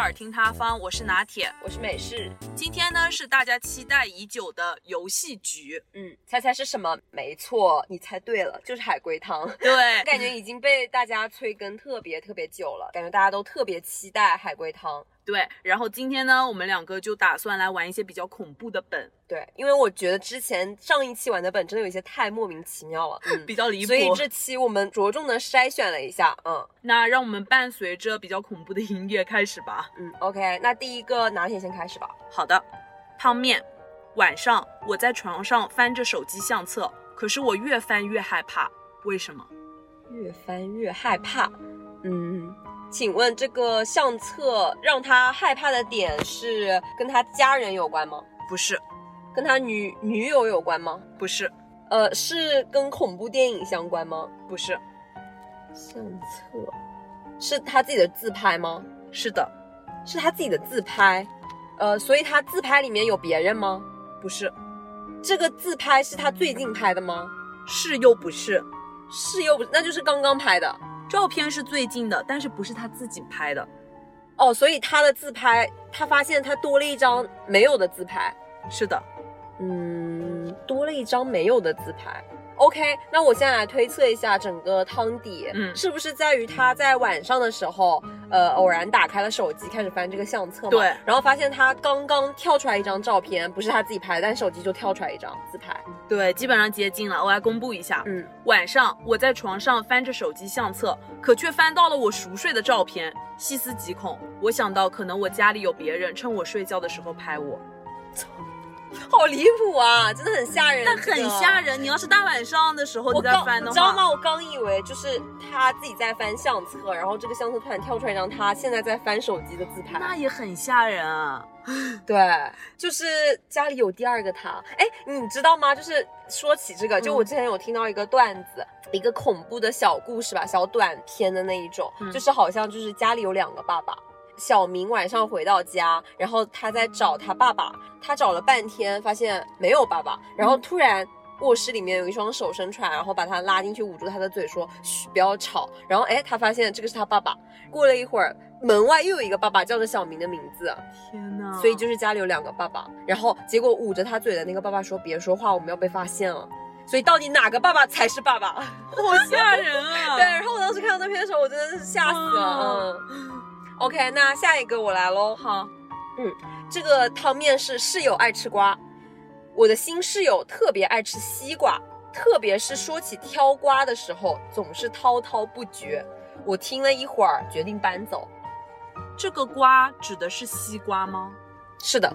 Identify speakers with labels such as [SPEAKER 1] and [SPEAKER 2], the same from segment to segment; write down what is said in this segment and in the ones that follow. [SPEAKER 1] 耳听他方，我是拿铁。
[SPEAKER 2] 我是美式，
[SPEAKER 1] 今天呢是大家期待已久的游戏局，
[SPEAKER 2] 嗯，猜猜是什么？没错，你猜对了，就是海龟 汤。
[SPEAKER 1] 对，
[SPEAKER 2] 感觉已经被大家催更特别特别久了，感觉大家都特别期待海龟汤。
[SPEAKER 1] 对，然后今天呢，我们两个就打算来玩一些比较恐怖的本，
[SPEAKER 2] 对，因为我觉得之前上一期玩的本真的有一些太莫名其妙了， 嗯，
[SPEAKER 1] 比较离谱。
[SPEAKER 2] 所以这期我们着重的筛选了一下，嗯
[SPEAKER 1] 那让我们伴随着比较恐怖的音乐开始吧。
[SPEAKER 2] 嗯，OK，那第一个拿铁先开始吧。
[SPEAKER 1] 好的，汤面。晚上我在床上翻着手机相册，可是我越翻越害怕，为什么？
[SPEAKER 2] 越翻越害怕，嗯，请问这个相册让他害怕的点是跟他家人有关吗？
[SPEAKER 1] 不是，
[SPEAKER 2] 跟他女女友有关吗？
[SPEAKER 1] 不是，
[SPEAKER 2] 呃，是跟恐怖电影相关吗？
[SPEAKER 1] 不是，
[SPEAKER 2] 相册是他自己的自拍吗？
[SPEAKER 1] 是的，
[SPEAKER 2] 是他自己的自拍，呃，所以他自拍里面有别人吗？
[SPEAKER 1] 不是，
[SPEAKER 2] 这个自拍是他最近拍的吗？
[SPEAKER 1] 是又不是。
[SPEAKER 2] 是又不是，那就是刚刚拍的
[SPEAKER 1] 照片是最近的，但是不是他自己拍的？
[SPEAKER 2] 哦。所以他的自拍，他发现他多了一张没有的自拍，
[SPEAKER 1] 是的，
[SPEAKER 2] 嗯，多了一张没有的自拍。OK，那我现在来推测一下整个汤底，
[SPEAKER 1] 嗯
[SPEAKER 2] 是不是在于他在晚上的时候，呃，偶然打开了手机，开始翻这个相册嘛？
[SPEAKER 1] 对
[SPEAKER 2] 然后发现他刚刚跳出来一张照片，不是他自己拍的，但手机就跳出来一张自拍。
[SPEAKER 1] 对，基本上接近了。我来公布一下，
[SPEAKER 2] 嗯，
[SPEAKER 1] 晚上我在床上翻着手机相册，可却翻到了我熟睡的照片，细思极恐。我想到可能我家里有别人趁我睡觉的时候拍我，
[SPEAKER 2] 好离谱啊，真的很吓人，
[SPEAKER 1] 但很吓。人。你要是大晚上的时候
[SPEAKER 2] 我
[SPEAKER 1] 你再
[SPEAKER 2] 刚
[SPEAKER 1] 翻
[SPEAKER 2] 你
[SPEAKER 1] 的
[SPEAKER 2] 知道
[SPEAKER 1] 话，
[SPEAKER 2] 吗？我刚以为就是他自己在翻相册，然后这个相册突然跳出来一张他现在在翻手机的自拍。
[SPEAKER 1] 那也很吓人啊。
[SPEAKER 2] 对，就是家里有第二个他。哎，你知道吗？就是说起这个，就我之前有听到一个段子，一个恐怖的小故事吧，小短片的那一种，
[SPEAKER 1] 嗯
[SPEAKER 2] 就是好像就是家里有两个爸爸。小明晚上回到家，然后他在找他爸爸，他找了半天，发现没有爸爸，然后突然卧室里面有一双手伸出来，然后把他拉进去，捂住他的嘴说：“嘘，不要吵。”然后哎，他发现这个是他爸爸。过了一会儿，门外又有一个爸爸叫着小明的名字，
[SPEAKER 1] 天哪！
[SPEAKER 2] 所以就是家里有两个爸爸。然后结果捂着他嘴的那个爸爸说：“别说话，我们要被发现了。”所以到底哪个爸爸才是爸爸？
[SPEAKER 1] 好吓人 啊。
[SPEAKER 2] 对，然后我当时看到那篇的时候，我真的是吓死了。嗯，OK，那下一个我来喽。
[SPEAKER 1] 好，
[SPEAKER 2] 这个汤面是室友爱吃瓜，我的新室友特别爱吃西瓜，特别是说起挑瓜的时候，总是滔滔不绝。我听了一会儿，决定搬走。
[SPEAKER 1] 这个瓜指的是西瓜吗？
[SPEAKER 2] 是的，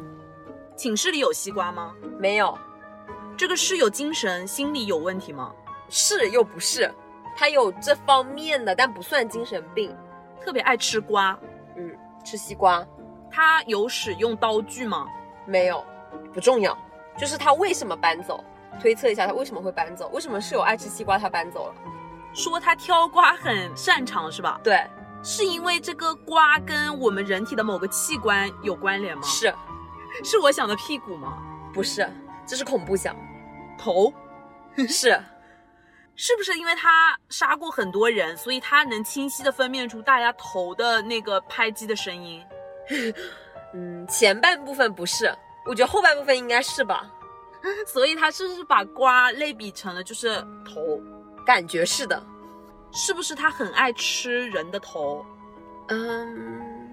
[SPEAKER 1] 寝室里有西瓜吗？
[SPEAKER 2] 没有，
[SPEAKER 1] 这个室友精神心理有问题吗？
[SPEAKER 2] 是又不是，他有这方面的，但不算精神病。
[SPEAKER 1] 特别爱吃瓜，
[SPEAKER 2] 嗯，吃西瓜
[SPEAKER 1] 他有使用刀具吗？
[SPEAKER 2] 没有，不重要。就是他为什么搬走？推测一下他为什么会搬走？为什么室友爱吃西瓜，他搬走了？
[SPEAKER 1] 说他挑瓜很擅长是吧？
[SPEAKER 2] 对，
[SPEAKER 1] 是因为这个瓜跟我们人体的某个器官有关联吗？
[SPEAKER 2] 是
[SPEAKER 1] 是我想的屁股吗？
[SPEAKER 2] 不是？这是恐怖想，
[SPEAKER 1] 头
[SPEAKER 2] 是。
[SPEAKER 1] 是不是因为他杀过很多人，所以他能清晰的分辨出大家头的那个拍击的声音？
[SPEAKER 2] 嗯，前半部分不是，我觉得后半部分应该是吧，
[SPEAKER 1] 所以他是不是把瓜类比成了就是头？
[SPEAKER 2] 感觉是的。
[SPEAKER 1] 是不是他很爱吃人的头？
[SPEAKER 2] 嗯，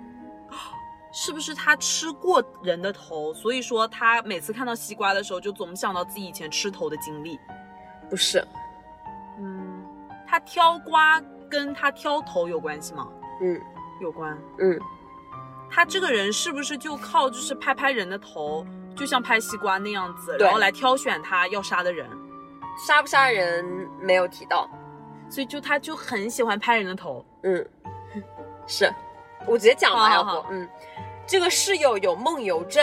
[SPEAKER 1] 是不是他吃过人的头，所以说他每次看到西瓜的时候，就总想到自己以前吃头的经历？
[SPEAKER 2] 不是，
[SPEAKER 1] 嗯，他挑瓜跟他挑头有关系吗？
[SPEAKER 2] 嗯
[SPEAKER 1] 有关。
[SPEAKER 2] 嗯，
[SPEAKER 1] 他这个人是不是就靠就是拍拍人的头，就像拍西瓜那样子，
[SPEAKER 2] 对
[SPEAKER 1] 然后来挑选他要杀的人？
[SPEAKER 2] 杀不杀人没有提到。
[SPEAKER 1] 所以就他就很喜欢拍人的头。
[SPEAKER 2] 嗯， 是，我直接讲吧，
[SPEAKER 1] 好
[SPEAKER 2] 要
[SPEAKER 1] 好
[SPEAKER 2] 不，嗯，这个室友有梦游症，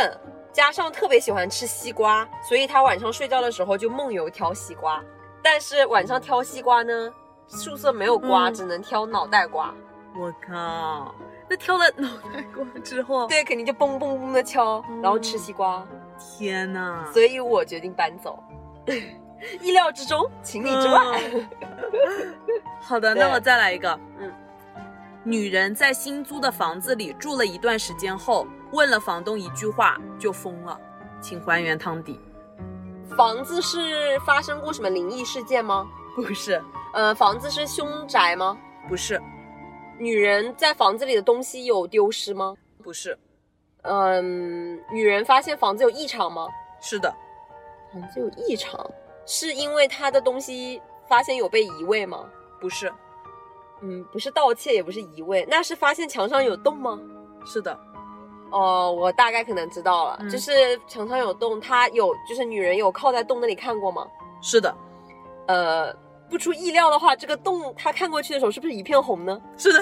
[SPEAKER 2] 加上特别喜欢吃西瓜，所以他晚上睡觉的时候就梦游挑西瓜。但是晚上挑西瓜呢，宿舍没有瓜，
[SPEAKER 1] 嗯
[SPEAKER 2] 只能挑脑袋瓜。
[SPEAKER 1] 我靠！那挑了脑袋瓜之后，
[SPEAKER 2] 对，肯定就嘣嘣嘣的敲，然后吃
[SPEAKER 1] 嗯
[SPEAKER 2] 西瓜。
[SPEAKER 1] 天呐！
[SPEAKER 2] 所以我决定搬走。 意料之中，情理之外。
[SPEAKER 1] 嗯好的，
[SPEAKER 2] 对
[SPEAKER 1] 那我再来一个。
[SPEAKER 2] 嗯，
[SPEAKER 1] 女人在新租的房子里住了一段时间后，问了房东一句话就疯了。请还原汤底，嗯
[SPEAKER 2] 房子是发生过什么灵异事件吗？
[SPEAKER 1] 不是，
[SPEAKER 2] 呃，房子是凶宅吗？
[SPEAKER 1] 不是，
[SPEAKER 2] 女人在房子里的东西有丢失吗？
[SPEAKER 1] 不是，
[SPEAKER 2] 嗯，女人发现房子有异常吗？
[SPEAKER 1] 是的，
[SPEAKER 2] 房子有异常，是因为她的东西发现有被移位吗？
[SPEAKER 1] 不是，
[SPEAKER 2] 嗯，不是盗窃，也不是移位，那是发现墙上有洞吗？
[SPEAKER 1] 是的，
[SPEAKER 2] 哦，我大概可能知道了，
[SPEAKER 1] 嗯
[SPEAKER 2] 就是墙上有洞，她有就是女人有靠在洞那里看过吗？
[SPEAKER 1] 是的，
[SPEAKER 2] 呃，不出意料的话，这个洞她看过去的时候是不是一片红呢
[SPEAKER 1] 是的，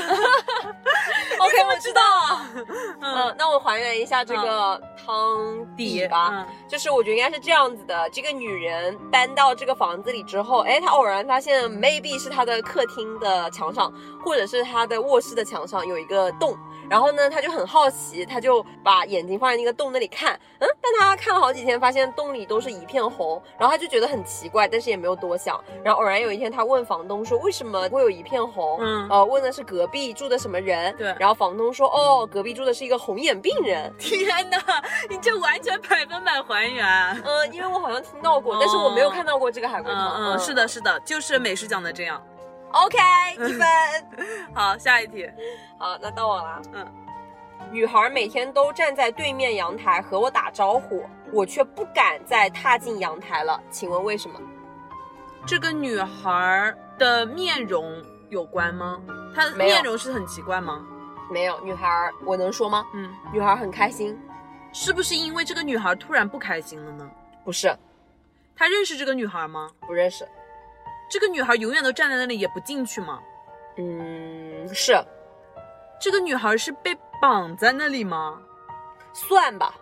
[SPEAKER 2] ？OK，我知道了。
[SPEAKER 1] 嗯，
[SPEAKER 2] 嗯，那我还原一下这个汤底
[SPEAKER 1] 底
[SPEAKER 2] 吧。
[SPEAKER 1] 嗯
[SPEAKER 2] 就是我觉得应该是这样子的，这个女人搬到这个房子里之后，哎，她偶然发现 maybe 是她的客厅的墙上，或者是她的卧室的墙上有一个洞，然后呢，她就很好奇，她就把眼睛放在那个洞那里看，嗯，但她看了好几天，发现洞里都是一片红，然后她就觉得很奇怪，但是也没有多想，然后偶然有一天，她问房东说为什么会有一片红，
[SPEAKER 1] 嗯
[SPEAKER 2] 呃，问的是隔壁住的什么人，
[SPEAKER 1] 对
[SPEAKER 2] 然后房东说哦，隔壁住的是一个红眼病人，
[SPEAKER 1] 天哪，你这完全百分百还原。
[SPEAKER 2] 嗯，因为我好像听到过，但是我没有看到过这个海龟
[SPEAKER 1] 哦嗯
[SPEAKER 2] 汤。
[SPEAKER 1] 嗯，是的，。是的，就是美食讲的这样。
[SPEAKER 2] OK，一分。
[SPEAKER 1] 好，下一题。
[SPEAKER 2] 好，那到我了。
[SPEAKER 1] 嗯。
[SPEAKER 2] 女孩每天都站在对面阳台和我打招呼，我却不敢再踏进阳台了。请问为什么？
[SPEAKER 1] 这个女孩的面容有关吗？她的
[SPEAKER 2] 没有
[SPEAKER 1] 面容是很奇怪吗？
[SPEAKER 2] 没有，女孩，我能说吗？
[SPEAKER 1] 嗯，
[SPEAKER 2] 女孩很开心，
[SPEAKER 1] 是不是因为这个女孩突然不开心了呢？
[SPEAKER 2] 不是，
[SPEAKER 1] 她认识这个女孩吗？
[SPEAKER 2] 不认识。
[SPEAKER 1] 这个女孩永远都站在那里也不进去吗？
[SPEAKER 2] 嗯，是，
[SPEAKER 1] 这个女孩是被绑在那里吗？
[SPEAKER 2] 算吧。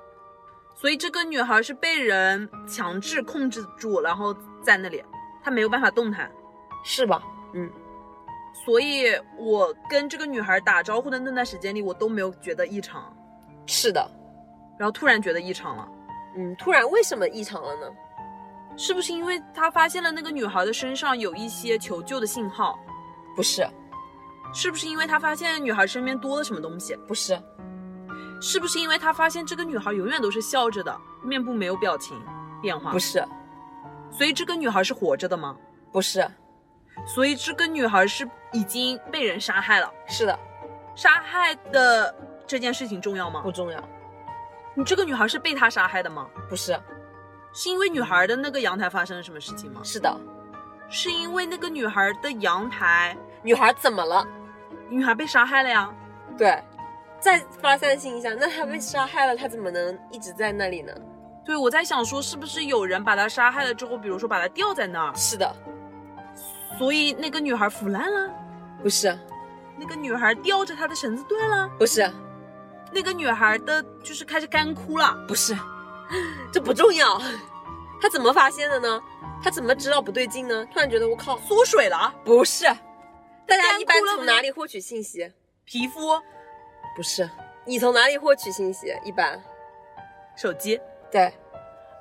[SPEAKER 1] 所以这个女孩是被人强制控制住，然后在那里，她没有办法动弹。
[SPEAKER 2] 是吧？
[SPEAKER 1] 所以我跟这个女孩打招呼的那段时间里，我都没有觉得异常，
[SPEAKER 2] 是的。
[SPEAKER 1] 然后突然觉得异常了，
[SPEAKER 2] 嗯，突然为什么异常了呢？
[SPEAKER 1] 是不是因为她发现了那个女孩的身上有一些求救的信号？
[SPEAKER 2] 不是，
[SPEAKER 1] 是不是因为她发现女孩身边多了什么东西？
[SPEAKER 2] 不是，
[SPEAKER 1] 是不是因为她发现这个女孩永远都是笑着的，面部没有表情变化？
[SPEAKER 2] 不，是，
[SPEAKER 1] 所以这个女孩是活着的吗？
[SPEAKER 2] 不是，
[SPEAKER 1] 所以这个女孩是已经被人杀害了。
[SPEAKER 2] 是的，
[SPEAKER 1] 杀害的这件事情重要吗
[SPEAKER 2] 不？重要，
[SPEAKER 1] 你这个女孩是被他杀害的吗？
[SPEAKER 2] 不是，
[SPEAKER 1] 是因为女孩的那个阳台发生了什么事情吗？
[SPEAKER 2] 是的。
[SPEAKER 1] 是因为那个女孩的阳台，
[SPEAKER 2] 女孩怎么了？
[SPEAKER 1] 女孩被杀害了呀？
[SPEAKER 2] 对，再发散性一下，那她被杀害了，她怎么能一直在那里呢？
[SPEAKER 1] 对，我在想说，是不是有人把她杀害了之后，比如说把她吊在那儿，
[SPEAKER 2] 是的，
[SPEAKER 1] 所以那个女孩腐烂了，
[SPEAKER 2] 不是，
[SPEAKER 1] 那个女孩吊着她的绳子断了，
[SPEAKER 2] 不是，
[SPEAKER 1] 那个女孩的就是开始干枯了，
[SPEAKER 2] 不是， 这不重要。她怎么发现的呢？她怎么知道不对劲呢？突然觉得我靠，
[SPEAKER 1] 缩水了，
[SPEAKER 2] 不是。大家一般
[SPEAKER 1] 干枯了
[SPEAKER 2] 从
[SPEAKER 1] 吗
[SPEAKER 2] 哪里获取信息？
[SPEAKER 1] 皮肤、
[SPEAKER 2] 不是，你从哪里获取信息？一般
[SPEAKER 1] 手机。
[SPEAKER 2] 对，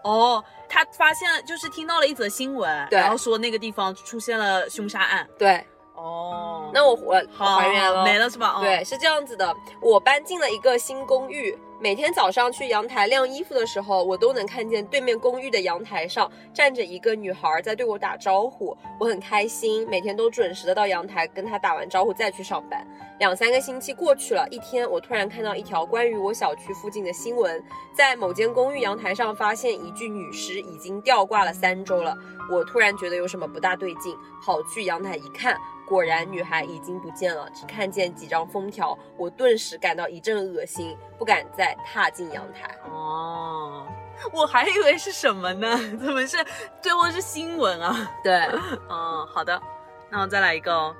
[SPEAKER 1] 哦，她发现了，就是听到了一则新闻，
[SPEAKER 2] 对
[SPEAKER 1] 然后说那个地方出现了凶杀案。
[SPEAKER 2] 对。
[SPEAKER 1] 哦，
[SPEAKER 2] 那我我
[SPEAKER 1] 好
[SPEAKER 2] 还原了，
[SPEAKER 1] 没了是吧？哦、
[SPEAKER 2] 对，，是这样子的，我搬进了一个新公寓，每天早上去阳台晾衣服的时候，我都能看见对面公寓的阳台上站着一个女孩在对我打招呼，我很开心，每天都准时的到阳台跟她打完招呼再去上班。两三个星期过去了，一天我突然看到一条关于我小区附近的新闻，在某间公寓阳台上发现一具女尸已经吊挂了三周了，我突然觉得有什么不大对劲，跑去阳台一看，果然女孩已经不见了，只看见几张封条，我顿时感到一阵恶心，不敢再踏进阳台。
[SPEAKER 1] 哦，我还以为是什么呢？怎么是最后是新闻啊？
[SPEAKER 2] 对，
[SPEAKER 1] 哦，好的，那我再来一个哦。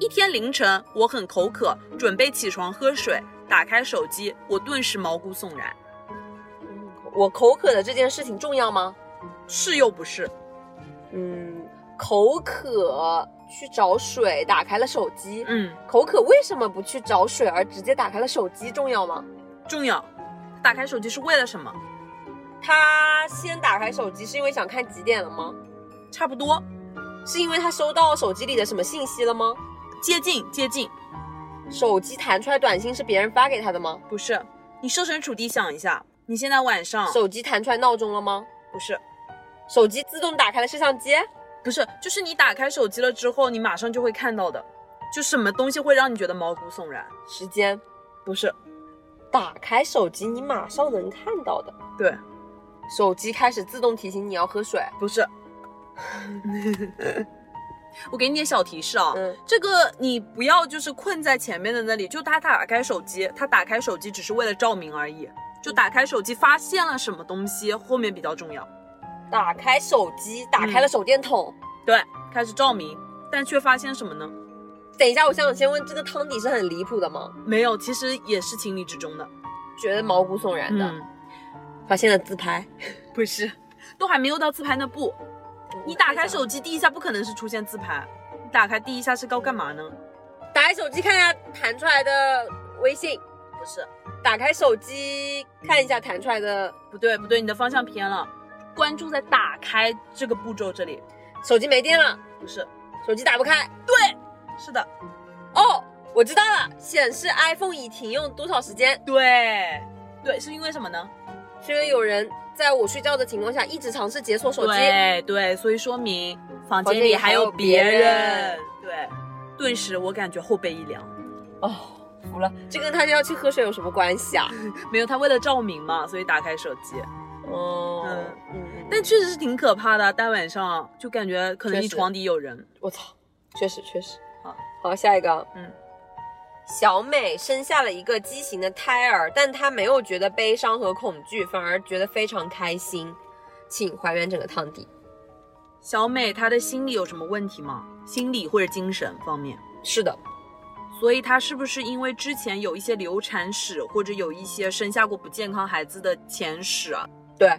[SPEAKER 1] 一天凌晨，我很口渴，准备起床喝水，打开手机，我顿时毛骨悚然，
[SPEAKER 2] 我口渴的这件事情重要吗？
[SPEAKER 1] 是又不是？
[SPEAKER 2] 嗯，口渴去找水，打开了手机。
[SPEAKER 1] 嗯，
[SPEAKER 2] 口渴为什么不去找水，而直接打开了手机？重要吗？
[SPEAKER 1] 重要。打开手机是为了什么？
[SPEAKER 2] 他先打开手机是因为想看几点了吗？
[SPEAKER 1] 差不多，
[SPEAKER 2] 是因为他收到手机里的什么信息了吗？
[SPEAKER 1] 接近接近。
[SPEAKER 2] 手机弹出来短信是别人发给他的吗？
[SPEAKER 1] 不是，你设身处地想一下，你现在晚上
[SPEAKER 2] 手机弹出来闹钟了吗？
[SPEAKER 1] 不是
[SPEAKER 2] 手机自动打开了摄像机？
[SPEAKER 1] 不是，就是你打开手机了之后，你马上就会看到的，就什么东西会让你觉得毛骨悚然？
[SPEAKER 2] 时间？
[SPEAKER 1] 不是，
[SPEAKER 2] 打开手机你马上能看到的。
[SPEAKER 1] 对，
[SPEAKER 2] 手机开始自动提醒你要喝水。
[SPEAKER 1] 不是。 我给你点小提示啊，
[SPEAKER 2] 嗯
[SPEAKER 1] 这个你不要就是困在前面的那里，就他打开手机，他打开手机只是为了照明而已，就打开手机发现了什么东西，后面比较重要。
[SPEAKER 2] 打开手机，打开了手电筒。
[SPEAKER 1] 对，开始照明，但却发现什么呢？
[SPEAKER 2] 等一下，我想先问，这个汤底是很离谱的吗？
[SPEAKER 1] 没有，其实也是情理之中的。
[SPEAKER 2] 觉得毛骨悚然
[SPEAKER 1] 嗯
[SPEAKER 2] 的。，发现了自拍，
[SPEAKER 1] 不是，都还没有到自拍那步。嗯你打开手机第一下不可能是出现自拍，你打开第一下是要干嘛呢？
[SPEAKER 2] 打开手机看一下弹出来的微信，
[SPEAKER 1] 不是，
[SPEAKER 2] 打开手机看一下弹出来的
[SPEAKER 1] 不对，不对，你的方向偏了，关注在打开这个步骤这里。
[SPEAKER 2] 手机没电了，
[SPEAKER 1] 不是，
[SPEAKER 2] 手机打不开。
[SPEAKER 1] 是的，
[SPEAKER 2] 哦，我知道了，显示 iPhone 已停用多少时间，
[SPEAKER 1] 对，对，是因为什么呢？
[SPEAKER 2] 是因为有人在我睡觉的情况下一直尝试解锁手机。
[SPEAKER 1] 对对，所以说明房
[SPEAKER 2] 间
[SPEAKER 1] 间
[SPEAKER 2] 里
[SPEAKER 1] 里
[SPEAKER 2] 还
[SPEAKER 1] 还
[SPEAKER 2] 有
[SPEAKER 1] 有
[SPEAKER 2] 别
[SPEAKER 1] 别
[SPEAKER 2] 人
[SPEAKER 1] 人。对，顿时我感觉后背一凉。
[SPEAKER 2] 哦，服了，这跟他要去喝水有什么关系啊？
[SPEAKER 1] 没有，他为了照明嘛，所以打开手机。
[SPEAKER 2] 哦，嗯，
[SPEAKER 1] 但确实是挺可怕的，啊大晚上就感觉可能
[SPEAKER 2] 确
[SPEAKER 1] 你
[SPEAKER 2] 实
[SPEAKER 1] 床底有人。
[SPEAKER 2] 我操，确实确实。
[SPEAKER 1] 好，
[SPEAKER 2] 好，下一个啊，
[SPEAKER 1] 嗯，
[SPEAKER 2] 小美生下了一个畸形的胎儿，但她没有觉得悲伤和恐惧，反而觉得非常开心。请还原整个汤底。
[SPEAKER 1] 小美她的心理有什么问题吗？心理或者精神方面？
[SPEAKER 2] 是的，
[SPEAKER 1] 所以她是不是因为之前有一些流产史，或者有一些生下过不健康孩子的前史啊？
[SPEAKER 2] 对，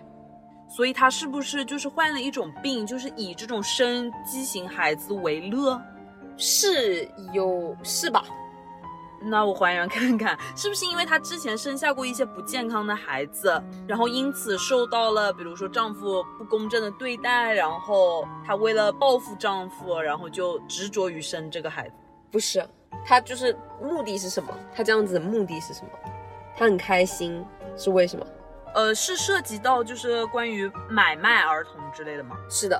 [SPEAKER 1] 所以她是不是就是患了一种病，就是以这种生畸形孩子为乐？
[SPEAKER 2] 是有是吧？
[SPEAKER 1] 那我还原看看，是不是因为她之前生下过一些不健康的孩子，然后因此受到了比如说丈夫不公正的对待，然后她为了报复丈夫，然后就执着于生这个孩子。
[SPEAKER 2] 不是，她就是目的是什么？她这样子的目的是什么？她很开心是为什么？
[SPEAKER 1] 呃，是涉及到就是关于买卖儿童之类的吗？
[SPEAKER 2] 是的，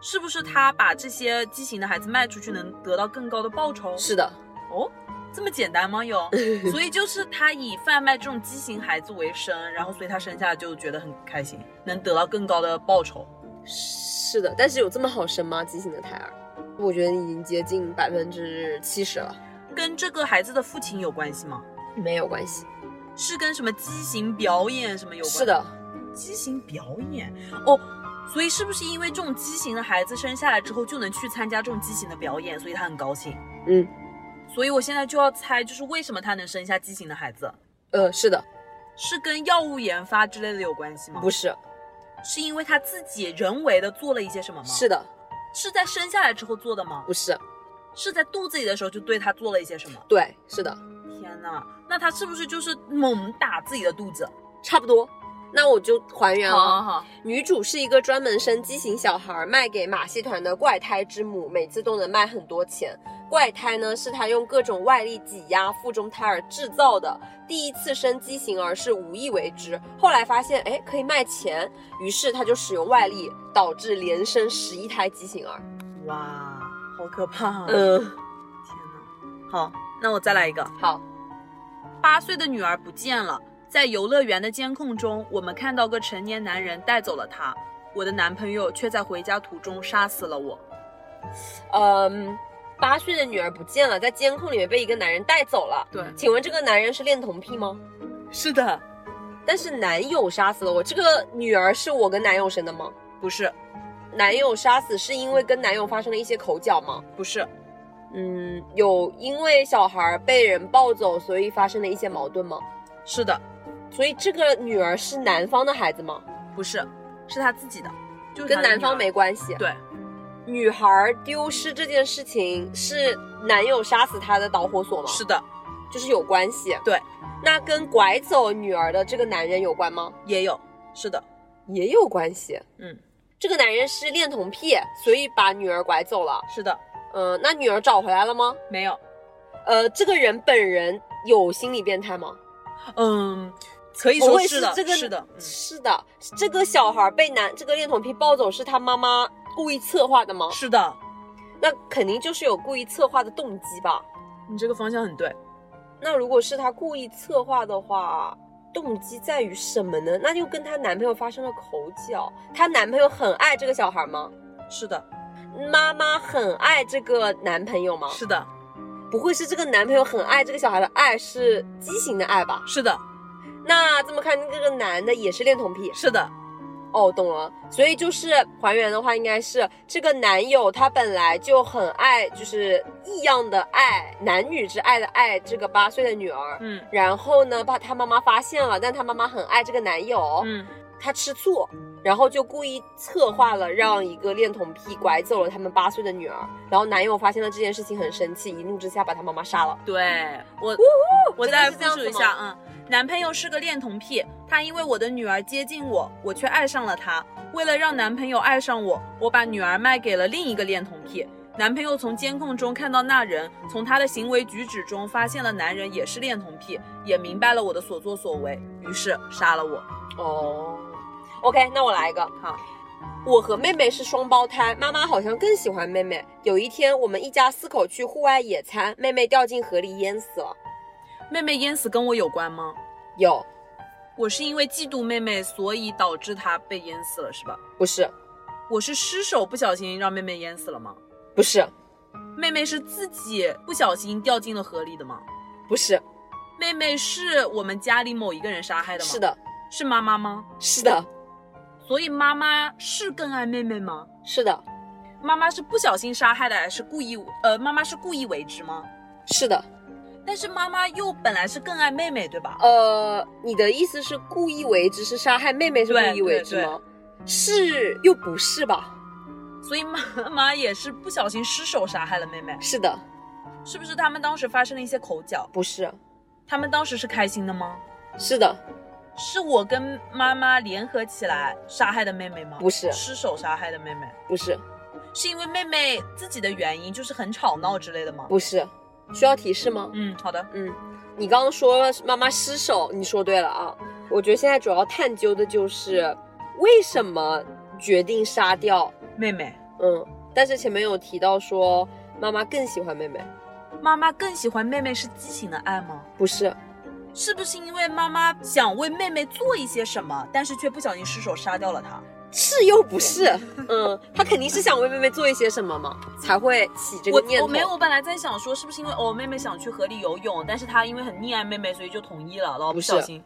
[SPEAKER 1] 是不是她把这些畸形的孩子卖出去，能得到更高的报酬？
[SPEAKER 2] 是的，
[SPEAKER 1] 哦，这么简单吗？ 有，所以就是她以贩卖这种畸形孩子为生，然后所以她生下就觉得很开心，能得到更高的报酬。
[SPEAKER 2] 是的。但是有这么好生吗？畸形的胎儿，我觉得已经接近百分之七十了，
[SPEAKER 1] 跟这个孩子的父亲有关系吗？
[SPEAKER 2] 没有关系。
[SPEAKER 1] 是跟什么畸形表演什么有关？
[SPEAKER 2] 是，的，
[SPEAKER 1] 畸形表演哦。所以是不是因为这种畸形的孩子生下来之后就能去参加这种畸形的表演，所以她很高兴？
[SPEAKER 2] 嗯，
[SPEAKER 1] 所以我现在就要猜，就是为什么她能生下畸形的孩子，
[SPEAKER 2] 呃，是的，
[SPEAKER 1] 是跟药物研发之类的有关系吗？
[SPEAKER 2] 不是，
[SPEAKER 1] 是因为她自己人为的做了一些什么吗？
[SPEAKER 2] 是的，
[SPEAKER 1] 是在生下来之后做的吗？
[SPEAKER 2] 不是，
[SPEAKER 1] 是在肚子里的时候就对他做了一些什么？
[SPEAKER 2] 对，是的，
[SPEAKER 1] 天哪，那他是不是就是猛打自己的肚子？
[SPEAKER 2] 差不多。那我就还原了。
[SPEAKER 1] 好，
[SPEAKER 2] 女主是一个专门生畸形小孩卖给马戏团的怪胎之母，每次都能卖很多钱。怪胎呢，是她用各种外力挤压腹中胎儿制造的。第一次生畸形儿是无意为之，后来发现哎可以卖钱，于是她就使用外力，导致连生十一胎畸形儿。
[SPEAKER 1] 哇，好可怕、啊！
[SPEAKER 2] 嗯，
[SPEAKER 1] 天哪。好，那我再来一个。
[SPEAKER 2] 好，
[SPEAKER 1] 八岁的女儿不见了，在游乐园的监控中，我们看到个成年男人带走了她。我的男朋友却在回家途中杀死了我。
[SPEAKER 2] 嗯，八岁的女儿不见了，在监控里面被一个男人带走了。
[SPEAKER 1] 对，
[SPEAKER 2] 请问这个男人是恋童癖吗？
[SPEAKER 1] 是的，
[SPEAKER 2] 但是男友杀死了我，这个女儿是我跟男友生的吗？
[SPEAKER 1] 不是，
[SPEAKER 2] 男友杀死是因为跟男友发生了一些口角吗？
[SPEAKER 1] 不是，
[SPEAKER 2] 嗯，有因为小孩被人抱走，所以发生了一些矛盾吗？
[SPEAKER 1] 是的，
[SPEAKER 2] 所以这个女儿是男方的孩子吗？
[SPEAKER 1] 不是，是他自己的，就是
[SPEAKER 2] 跟
[SPEAKER 1] 她的
[SPEAKER 2] 男
[SPEAKER 1] 女
[SPEAKER 2] 方
[SPEAKER 1] 儿
[SPEAKER 2] 没关系。
[SPEAKER 1] 对，
[SPEAKER 2] 女孩丢失这件事情是男友杀死她的导火索吗？
[SPEAKER 1] 是，的，
[SPEAKER 2] 就是有关系。
[SPEAKER 1] 对，
[SPEAKER 2] 那跟拐走女儿的这个男人有关吗？
[SPEAKER 1] 也有，是的，
[SPEAKER 2] 也有关系。
[SPEAKER 1] 嗯，
[SPEAKER 2] 这个男人是恋童癖，所以把女儿拐走了。呃
[SPEAKER 1] 是的，
[SPEAKER 2] 嗯，那女儿找回来了吗？
[SPEAKER 1] 没有，
[SPEAKER 2] 呃，这个人本人有心理变态吗？
[SPEAKER 1] 嗯，可以
[SPEAKER 2] 不
[SPEAKER 1] 说
[SPEAKER 2] 会
[SPEAKER 1] 是的，
[SPEAKER 2] 这个
[SPEAKER 1] 是的，嗯
[SPEAKER 2] 是的，这个小孩被男这个恋童癖抱走是他妈妈故意策划的吗？
[SPEAKER 1] 是的，
[SPEAKER 2] 那肯定就是有故意策划的动机吧？
[SPEAKER 1] 你这个方向很对。
[SPEAKER 2] 那如果是他故意策划的话，动机在于什么呢？那就跟她男朋友发生了口角，她男朋友很爱这个小孩吗？
[SPEAKER 1] 是的，
[SPEAKER 2] 妈妈很爱这个男朋友吗？
[SPEAKER 1] 是的，
[SPEAKER 2] 不会是这个男朋友很爱这个小孩的爱是畸形的爱吧？
[SPEAKER 1] 是的，
[SPEAKER 2] 那这么看，这个男的也是恋童癖
[SPEAKER 1] 是的，
[SPEAKER 2] 哦，懂了。所以就是还原的话，应该是这个男友他本来就很爱，就是异样的爱，男女之爱的爱这个八岁的女儿。
[SPEAKER 1] 嗯
[SPEAKER 2] 然后呢，把他妈妈发现了，但他妈妈很爱这个男友，
[SPEAKER 1] 嗯，
[SPEAKER 2] 他吃醋，然后就故意策划了让一个恋童癖拐走了他们八岁的女儿，然后男友发现了这件事情很生气，一怒之下把他妈妈杀了。
[SPEAKER 1] 对我，我
[SPEAKER 2] 真
[SPEAKER 1] 再
[SPEAKER 2] 的是
[SPEAKER 1] 复
[SPEAKER 2] 这样
[SPEAKER 1] 述
[SPEAKER 2] 子
[SPEAKER 1] 一下啊、嗯，男朋友是个恋童癖，他因为我的女儿接近我，我却爱上了他。为了让男朋友爱上我，我把女儿卖给了另一个恋童癖。男朋友从监控中看到那人，从他的行为举止中发现了男人也是恋童癖，也明白了我的所作所为，于是杀了我。
[SPEAKER 2] 哦，OK，那我来一个。
[SPEAKER 1] 好，
[SPEAKER 2] 我和妹妹是双胞胎，妈妈好像更喜欢妹妹。有一天，我们一家四口去户外野餐，妹妹掉进河里淹死了。
[SPEAKER 1] 妹妹淹死跟我有关吗？
[SPEAKER 2] 有，
[SPEAKER 1] 我是因为嫉妒妹妹，所以导致她被淹死了，是吧？
[SPEAKER 2] 不是，
[SPEAKER 1] 我是失手不小心让妹妹淹死了吗？
[SPEAKER 2] 不是，
[SPEAKER 1] 妹妹是自己不小心掉进了河里的吗？
[SPEAKER 2] 不是，
[SPEAKER 1] 妹妹是我们家里某一个人杀害的吗？
[SPEAKER 2] 是，的，
[SPEAKER 1] 是妈妈吗？
[SPEAKER 2] 是的，
[SPEAKER 1] 所以妈妈是更爱妹妹吗？
[SPEAKER 2] 是的，
[SPEAKER 1] 妈妈是不小心杀害的，还是故意？呃，妈妈是故意为之吗？
[SPEAKER 2] 是的。
[SPEAKER 1] 但是妈妈又本来是更爱妹妹，对吧？
[SPEAKER 2] 呃，你的意思是故意为之，是杀害妹妹是故
[SPEAKER 1] 对
[SPEAKER 2] 意为
[SPEAKER 1] 对
[SPEAKER 2] 之
[SPEAKER 1] 对
[SPEAKER 2] 吗？是又不是吧？
[SPEAKER 1] 所以妈妈也是不小心失手杀害了妹妹，
[SPEAKER 2] 是的，
[SPEAKER 1] 是不是？他们当时发生了一些口角，
[SPEAKER 2] 不是，
[SPEAKER 1] 他们当时是开心的吗？
[SPEAKER 2] 是的，
[SPEAKER 1] 是我跟妈妈联合起来杀害的妹妹吗？
[SPEAKER 2] 不是
[SPEAKER 1] 失手杀害的妹妹，
[SPEAKER 2] 不是，
[SPEAKER 1] 是因为妹妹自己的原因，就是很吵闹之类的吗？
[SPEAKER 2] 不是，需要提示吗？
[SPEAKER 1] 嗯，好的，
[SPEAKER 2] 嗯，你刚刚说了妈妈失手，你说对了啊。我觉得现在主要探究的就是为什么决定杀掉，
[SPEAKER 1] 妹妹，
[SPEAKER 2] 嗯，但是前面有提到说妈妈更喜欢妹妹，
[SPEAKER 1] 妈妈更喜欢妹妹是畸形的爱吗？
[SPEAKER 2] 不是，
[SPEAKER 1] 是不是因为妈妈想为妹妹做一些什么，但是却不小心失手杀掉了她？
[SPEAKER 2] 是又不 是，嗯，她肯定是想为妹妹做一些什么嘛，才会起这个
[SPEAKER 1] 我
[SPEAKER 2] 念头。
[SPEAKER 1] 我没有，我本来在想说，是不是因为哦，妹妹想去河里游泳，但是她因为很溺爱妹妹，所以就同意了，然后不
[SPEAKER 2] 不是
[SPEAKER 1] 小心。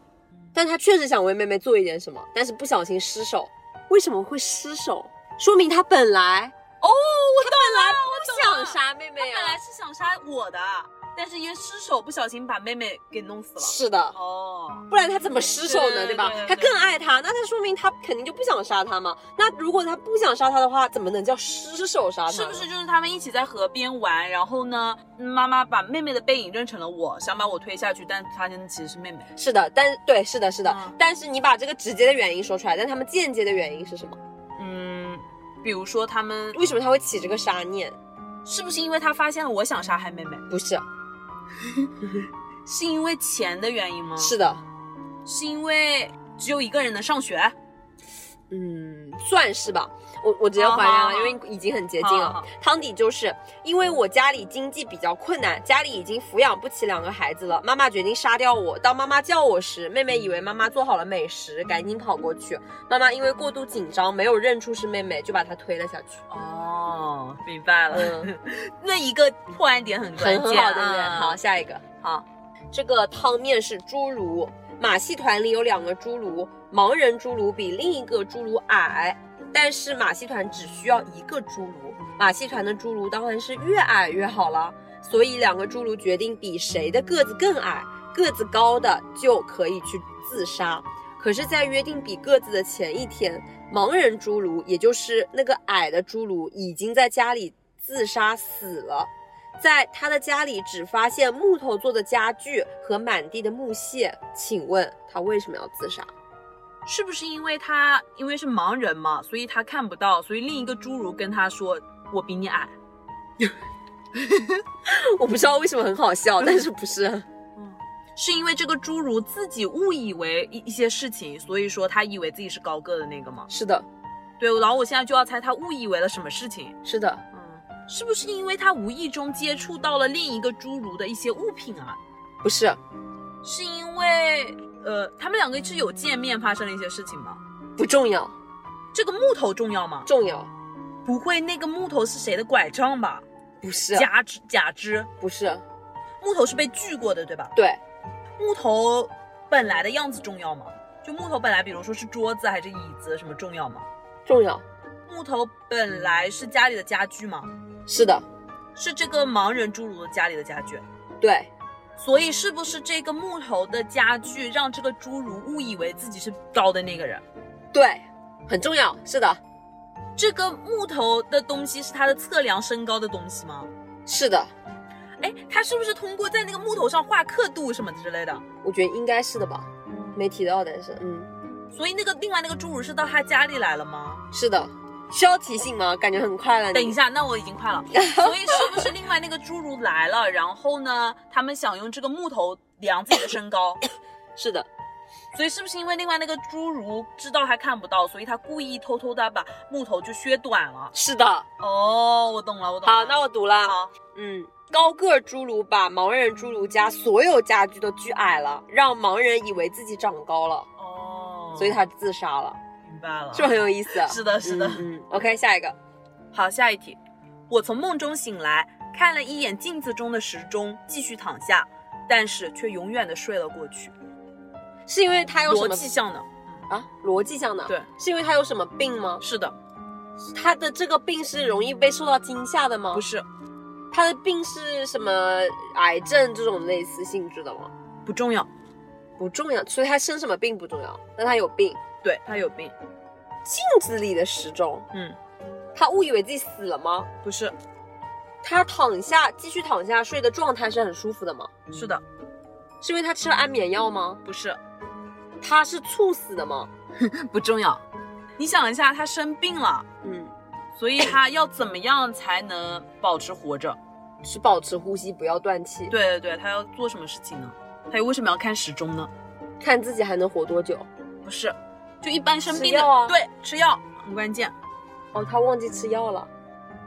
[SPEAKER 2] 但他确实想为妹妹做一点什么，但是不小心失手。为什么会失手？说明他本来
[SPEAKER 1] 哦，我懂了，
[SPEAKER 2] 不
[SPEAKER 1] 我
[SPEAKER 2] 想杀妹妹
[SPEAKER 1] 他本来
[SPEAKER 2] 啊。
[SPEAKER 1] 是想杀我的，但是因为失手不小心把妹妹给弄死了。
[SPEAKER 2] 是的，
[SPEAKER 1] 哦，
[SPEAKER 2] 不然他怎么失手呢？
[SPEAKER 1] 对
[SPEAKER 2] 对吧
[SPEAKER 1] 对对？
[SPEAKER 2] 他更爱她，那他说明他肯定就不想杀她嘛。那如果他不想杀她的话，怎么能叫失手杀她？
[SPEAKER 1] 是不是？就是他们一起在河边玩，然后呢，嗯妈妈把妹妹的背影认成了我，想把我推下去，但发现其实是妹妹。
[SPEAKER 2] 是的，但对，是的，是的。
[SPEAKER 1] 嗯
[SPEAKER 2] 但是你把这个直接的原因说出来，但他们间接的原因是什么？
[SPEAKER 1] 嗯，比如说他们
[SPEAKER 2] 为什么他会起这个杀念？
[SPEAKER 1] 是不是因为他发现了我想杀害妹妹，
[SPEAKER 2] 不是，
[SPEAKER 1] 是因为钱的原因吗？
[SPEAKER 2] 是，的，
[SPEAKER 1] 是因为只有一个人能上学。
[SPEAKER 2] 嗯，算是吧。我我直接
[SPEAKER 1] 好
[SPEAKER 2] 还原
[SPEAKER 1] 好
[SPEAKER 2] 了，
[SPEAKER 1] 好
[SPEAKER 2] 因为已经很接近了。
[SPEAKER 1] 好好好
[SPEAKER 2] 汤底就是因为我家里经济比较困难，家里已经抚养不起两个孩子了，妈妈决定杀掉我。当妈妈叫我时，妹妹以为妈妈做好了美食，赶紧跑过去。妈妈因为过度紧张，没有认出是妹妹，就把她推了下去。
[SPEAKER 1] 哦，明白了。
[SPEAKER 2] 嗯，
[SPEAKER 1] 那一个破案点很关
[SPEAKER 2] 很
[SPEAKER 1] 键，
[SPEAKER 2] 很好，对不对？
[SPEAKER 1] 啊
[SPEAKER 2] 好，，下一个，
[SPEAKER 1] 好，
[SPEAKER 2] 这个汤面是侏儒，马戏团里有两个侏儒，盲人侏儒比另一个侏儒矮，但是马戏团只需要一个侏儒，马戏团的侏儒当然是越矮越好了，所以两个侏儒决定比谁的个子更矮，个子高的就可以去自杀。可是，在约定比个子的前一天，盲人侏儒，也就是那个矮的侏儒，已经在家里自杀死了。在他的家里只发现木头做的家具和满地的木屑，请问他为什么要自杀？
[SPEAKER 1] 是不是因为他因为是盲人嘛，所以他看不到，所以另一个侏儒跟他说：“我比你矮。”
[SPEAKER 2] 我不知道为什么很好笑，但是不是？
[SPEAKER 1] 是因为这个侏儒自己误以为一一些事情，所以说他以为自己是高个的那个嘛。
[SPEAKER 2] 是的，
[SPEAKER 1] 对，然后我现在就要猜他误以为了什么事情。
[SPEAKER 2] 是的，
[SPEAKER 1] 嗯，是不是因为他无意中接触到了另一个侏儒的一些物品啊？
[SPEAKER 2] 不是，
[SPEAKER 1] 是因为呃，他们两个是有见面发生了一些事情吗？
[SPEAKER 2] 不重要，
[SPEAKER 1] 这个木头重要吗？
[SPEAKER 2] 重要
[SPEAKER 1] 不会，那个木头是谁的拐杖吧？
[SPEAKER 2] 不是，
[SPEAKER 1] 假肢，假肢，
[SPEAKER 2] 不是，
[SPEAKER 1] 木头是被锯过的，对吧？
[SPEAKER 2] 对，
[SPEAKER 1] 木头本来的样子重要吗？就木头本来，比如说是桌子还是椅子，什么重要吗？
[SPEAKER 2] 重要，
[SPEAKER 1] 木头本来是家里的家具吗？
[SPEAKER 2] 是的，
[SPEAKER 1] 是这个盲人侏儒的家里的家具，
[SPEAKER 2] 对，
[SPEAKER 1] 所以是不是这个木头的家具让这个侏儒误以为自己是高的那个人？
[SPEAKER 2] 对，很重要，是的，
[SPEAKER 1] 这个木头的东西是他的测量身高的东西吗？
[SPEAKER 2] 是的，
[SPEAKER 1] 哎，他是不是通过在那个木头上画刻度什么之类的？
[SPEAKER 2] 我觉得应该是的吧，没提到，但是嗯，
[SPEAKER 1] 所以那个另外那个侏儒是到他家里来了吗？
[SPEAKER 2] 是的，需要提醒吗？感觉很快了，
[SPEAKER 1] 等一，下，那我已经快了。所以是不是另外那个侏儒来了，然后呢，他们想用这个木头量自己的身高？
[SPEAKER 2] 是的，
[SPEAKER 1] 所以是不是因为另外那个侏儒知道他看不到，所以他故意偷偷的把木头就削短了？
[SPEAKER 2] 是的。
[SPEAKER 1] 哦，我懂了，我懂了。
[SPEAKER 2] 好，那我读了。
[SPEAKER 1] 好，
[SPEAKER 2] 嗯，高个儿侏儒把盲人侏儒家所有家具都锯矮了，让盲人以为自己长高了，
[SPEAKER 1] 哦，
[SPEAKER 2] 所以他自杀了，
[SPEAKER 1] 明白了，
[SPEAKER 2] 是不是很有意思？
[SPEAKER 1] 是的，是的。
[SPEAKER 2] 嗯嗯，OK，下一个，
[SPEAKER 1] 好，下一题。我从梦中醒来，看了一眼镜子中的时钟，继续躺下，但是却永远的睡了过去。
[SPEAKER 2] 是因为他有什
[SPEAKER 1] 逻
[SPEAKER 2] 么
[SPEAKER 1] 辑上的，
[SPEAKER 2] 啊？逻辑上的，
[SPEAKER 1] 对，
[SPEAKER 2] 是因为他有什么病吗？
[SPEAKER 1] 是的，
[SPEAKER 2] 他的这个病是容易被受到惊吓的吗
[SPEAKER 1] 不？是，
[SPEAKER 2] 他的病是什么癌症这种类似性质的吗？
[SPEAKER 1] 不重要。
[SPEAKER 2] 不重要，所以他生什么病不重要，但他有病。
[SPEAKER 1] 对他有病，
[SPEAKER 2] 镜子里的时钟，
[SPEAKER 1] 嗯，
[SPEAKER 2] 他误以为自己死了吗？
[SPEAKER 1] 不是，
[SPEAKER 2] 他躺下继续躺下睡的状态是很舒服的吗？
[SPEAKER 1] 是的，
[SPEAKER 2] 是因为他吃了安眠药吗？
[SPEAKER 1] 不是，
[SPEAKER 2] 他是猝死的吗？
[SPEAKER 1] 不重要。你想一下，他生病了，
[SPEAKER 2] 嗯，
[SPEAKER 1] 所以他要怎么样才能保持活着？
[SPEAKER 2] 是保持呼吸不要断气，
[SPEAKER 1] 对对对，他要做什么事情呢？他又为什么要看时钟呢？
[SPEAKER 2] 看自己还能活多久。
[SPEAKER 1] 不是，就一般生病
[SPEAKER 2] 吃
[SPEAKER 1] 的，
[SPEAKER 2] 药啊
[SPEAKER 1] 对，吃药很关键。
[SPEAKER 2] 哦，他忘记吃药了，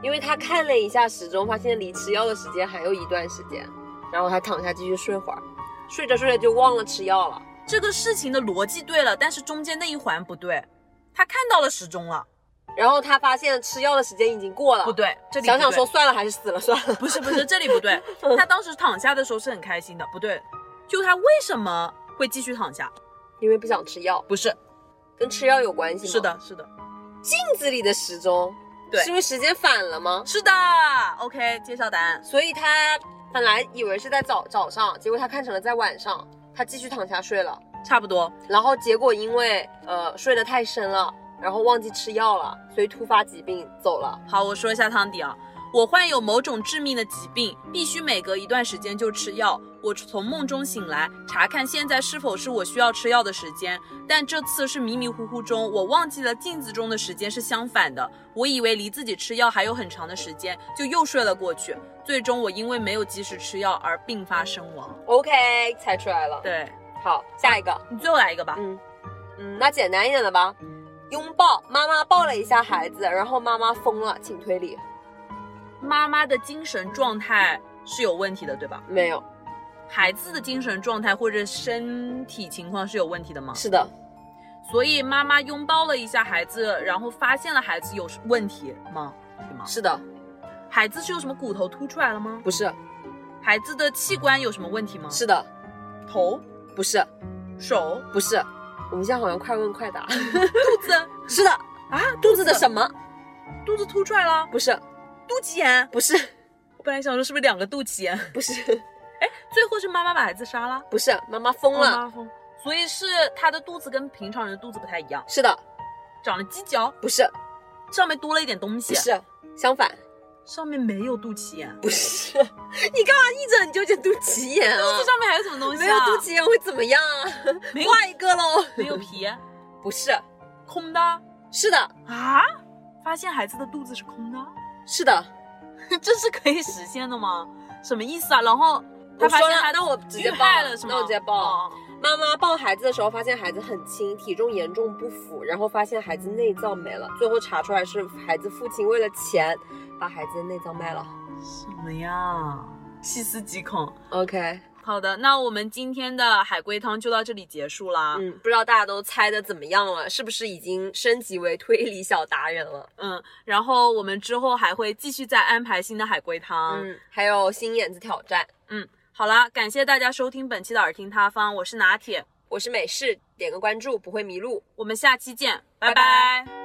[SPEAKER 2] 因为他看了一下时钟，发现离吃药的时间还有一段时间，然后他躺下继续睡会儿，睡着睡着就忘了吃药了。
[SPEAKER 1] 这个事情的逻辑对了，但是中间那一环不对。他看到了时钟了，
[SPEAKER 2] 然后他发现吃药的时间已经过了，
[SPEAKER 1] 不，对，这里不
[SPEAKER 2] 想
[SPEAKER 1] 对
[SPEAKER 2] 想说嗯算了，还是死了算了。
[SPEAKER 1] 不是不是，这里不 对。他当时躺下的时候是很开心的，不对。就他为什么会继续躺下？
[SPEAKER 2] 因为不想吃药，
[SPEAKER 1] 不是，
[SPEAKER 2] 跟吃药有关系吗？
[SPEAKER 1] 是，的，是的。
[SPEAKER 2] 镜子里的时钟，
[SPEAKER 1] 对
[SPEAKER 2] 是因为时间反了吗？
[SPEAKER 1] 是的，OK，揭晓答案。
[SPEAKER 2] 所以他本来以为是在早早上，结果他看成了在晚上，他继续躺下睡了。
[SPEAKER 1] 差不多，
[SPEAKER 2] 然后结果因为呃睡得太深了，然后忘记吃药了，所以突发疾病走了。
[SPEAKER 1] 好，我说一下汤底啊。我患有某种致命的疾病，必须每隔一段时间就吃药。我从梦中醒来，查看现在是否是我需要吃药的时间，但这次是迷迷糊糊中，我忘记了镜子中的时间是相反的。我以为离自己吃药还有很长的时间，就又睡了过去。最终，我因为没有及时吃药而病发身亡。
[SPEAKER 2] OK，猜出来了。，
[SPEAKER 1] 对
[SPEAKER 2] 好，下一个，
[SPEAKER 1] 你最后来一个吧。
[SPEAKER 2] 嗯嗯，那简单一点的吧。拥抱，妈妈抱了一下孩子，然后妈妈疯了，请推理。
[SPEAKER 1] 妈妈的精神状态是有问题的，对吧？
[SPEAKER 2] 没有，
[SPEAKER 1] 孩子的精神状态或者身体情况是有问题的吗？
[SPEAKER 2] 是的，
[SPEAKER 1] 所以妈妈拥抱了一下孩子，然后发现了孩子有问题吗？对吗？
[SPEAKER 2] 是的，
[SPEAKER 1] 孩子是有什么骨头凸出来了吗？
[SPEAKER 2] 不是，
[SPEAKER 1] 孩子的器官有什么问题吗？
[SPEAKER 2] 是的，
[SPEAKER 1] 头、
[SPEAKER 2] 不是，
[SPEAKER 1] 手、
[SPEAKER 2] 不是。我们现在好像快问快答。
[SPEAKER 1] 肚子
[SPEAKER 2] 是的，
[SPEAKER 1] 啊，
[SPEAKER 2] 肚子的什么？
[SPEAKER 1] 肚子凸出来了，
[SPEAKER 2] 不是，
[SPEAKER 1] 肚脐眼。
[SPEAKER 2] 不是，
[SPEAKER 1] 我本来想说是不是两个肚脐眼，
[SPEAKER 2] 不是，
[SPEAKER 1] 最后是妈妈把孩子杀了，
[SPEAKER 2] 不是，妈妈疯
[SPEAKER 1] 妈
[SPEAKER 2] 了。
[SPEAKER 1] 妈疯。所以是他的肚子跟平常人的肚子不太一样，
[SPEAKER 2] 是的，
[SPEAKER 1] 长了犄角，
[SPEAKER 2] 不是，
[SPEAKER 1] 上面多了一点东西
[SPEAKER 2] 不，是，相反，
[SPEAKER 1] 上面没有肚脐眼，
[SPEAKER 2] 不是。 你干嘛一整你就讲肚脐眼啊
[SPEAKER 1] 肚子？上面还有什么东西、啊？
[SPEAKER 2] 没有肚，脐眼会怎么样啊？
[SPEAKER 1] 没有
[SPEAKER 2] 画一个喽。
[SPEAKER 1] 没有皮，
[SPEAKER 2] 不是，
[SPEAKER 1] 空的。
[SPEAKER 2] 是的，
[SPEAKER 1] 啊！发现孩子的肚子是空的，
[SPEAKER 2] 是的，
[SPEAKER 1] 这是可以实现的吗？什么意思啊？然后他
[SPEAKER 2] 我
[SPEAKER 1] 发
[SPEAKER 2] 说
[SPEAKER 1] 现
[SPEAKER 2] 了
[SPEAKER 1] 他
[SPEAKER 2] 那我直接
[SPEAKER 1] 遇
[SPEAKER 2] 报
[SPEAKER 1] 害
[SPEAKER 2] 了
[SPEAKER 1] 了，是吗？
[SPEAKER 2] 那我直接报了
[SPEAKER 1] 哦
[SPEAKER 2] 妈妈抱孩子的时候，发现孩子很轻，体重严重不符，然后发现孩子内脏没了，最后查出来是孩子父亲为了钱把孩子的内脏卖了。
[SPEAKER 1] 什么呀？细思极恐。
[SPEAKER 2] OK，
[SPEAKER 1] 好的，那我们今天的海龟汤就到这里结束啦。
[SPEAKER 2] 嗯，不知道大家都猜的怎么样了，是不是已经升级为推理小达人了？
[SPEAKER 1] 嗯，然后我们之后还会继续再安排新的海龟汤。
[SPEAKER 2] 嗯，还有心眼子挑战，
[SPEAKER 1] 好啦，感谢大家收听本期的耳听他方，我是拿铁，
[SPEAKER 2] 我是美式，点个关注不会迷路。
[SPEAKER 1] 我们下期见，拜
[SPEAKER 2] 拜
[SPEAKER 1] 拜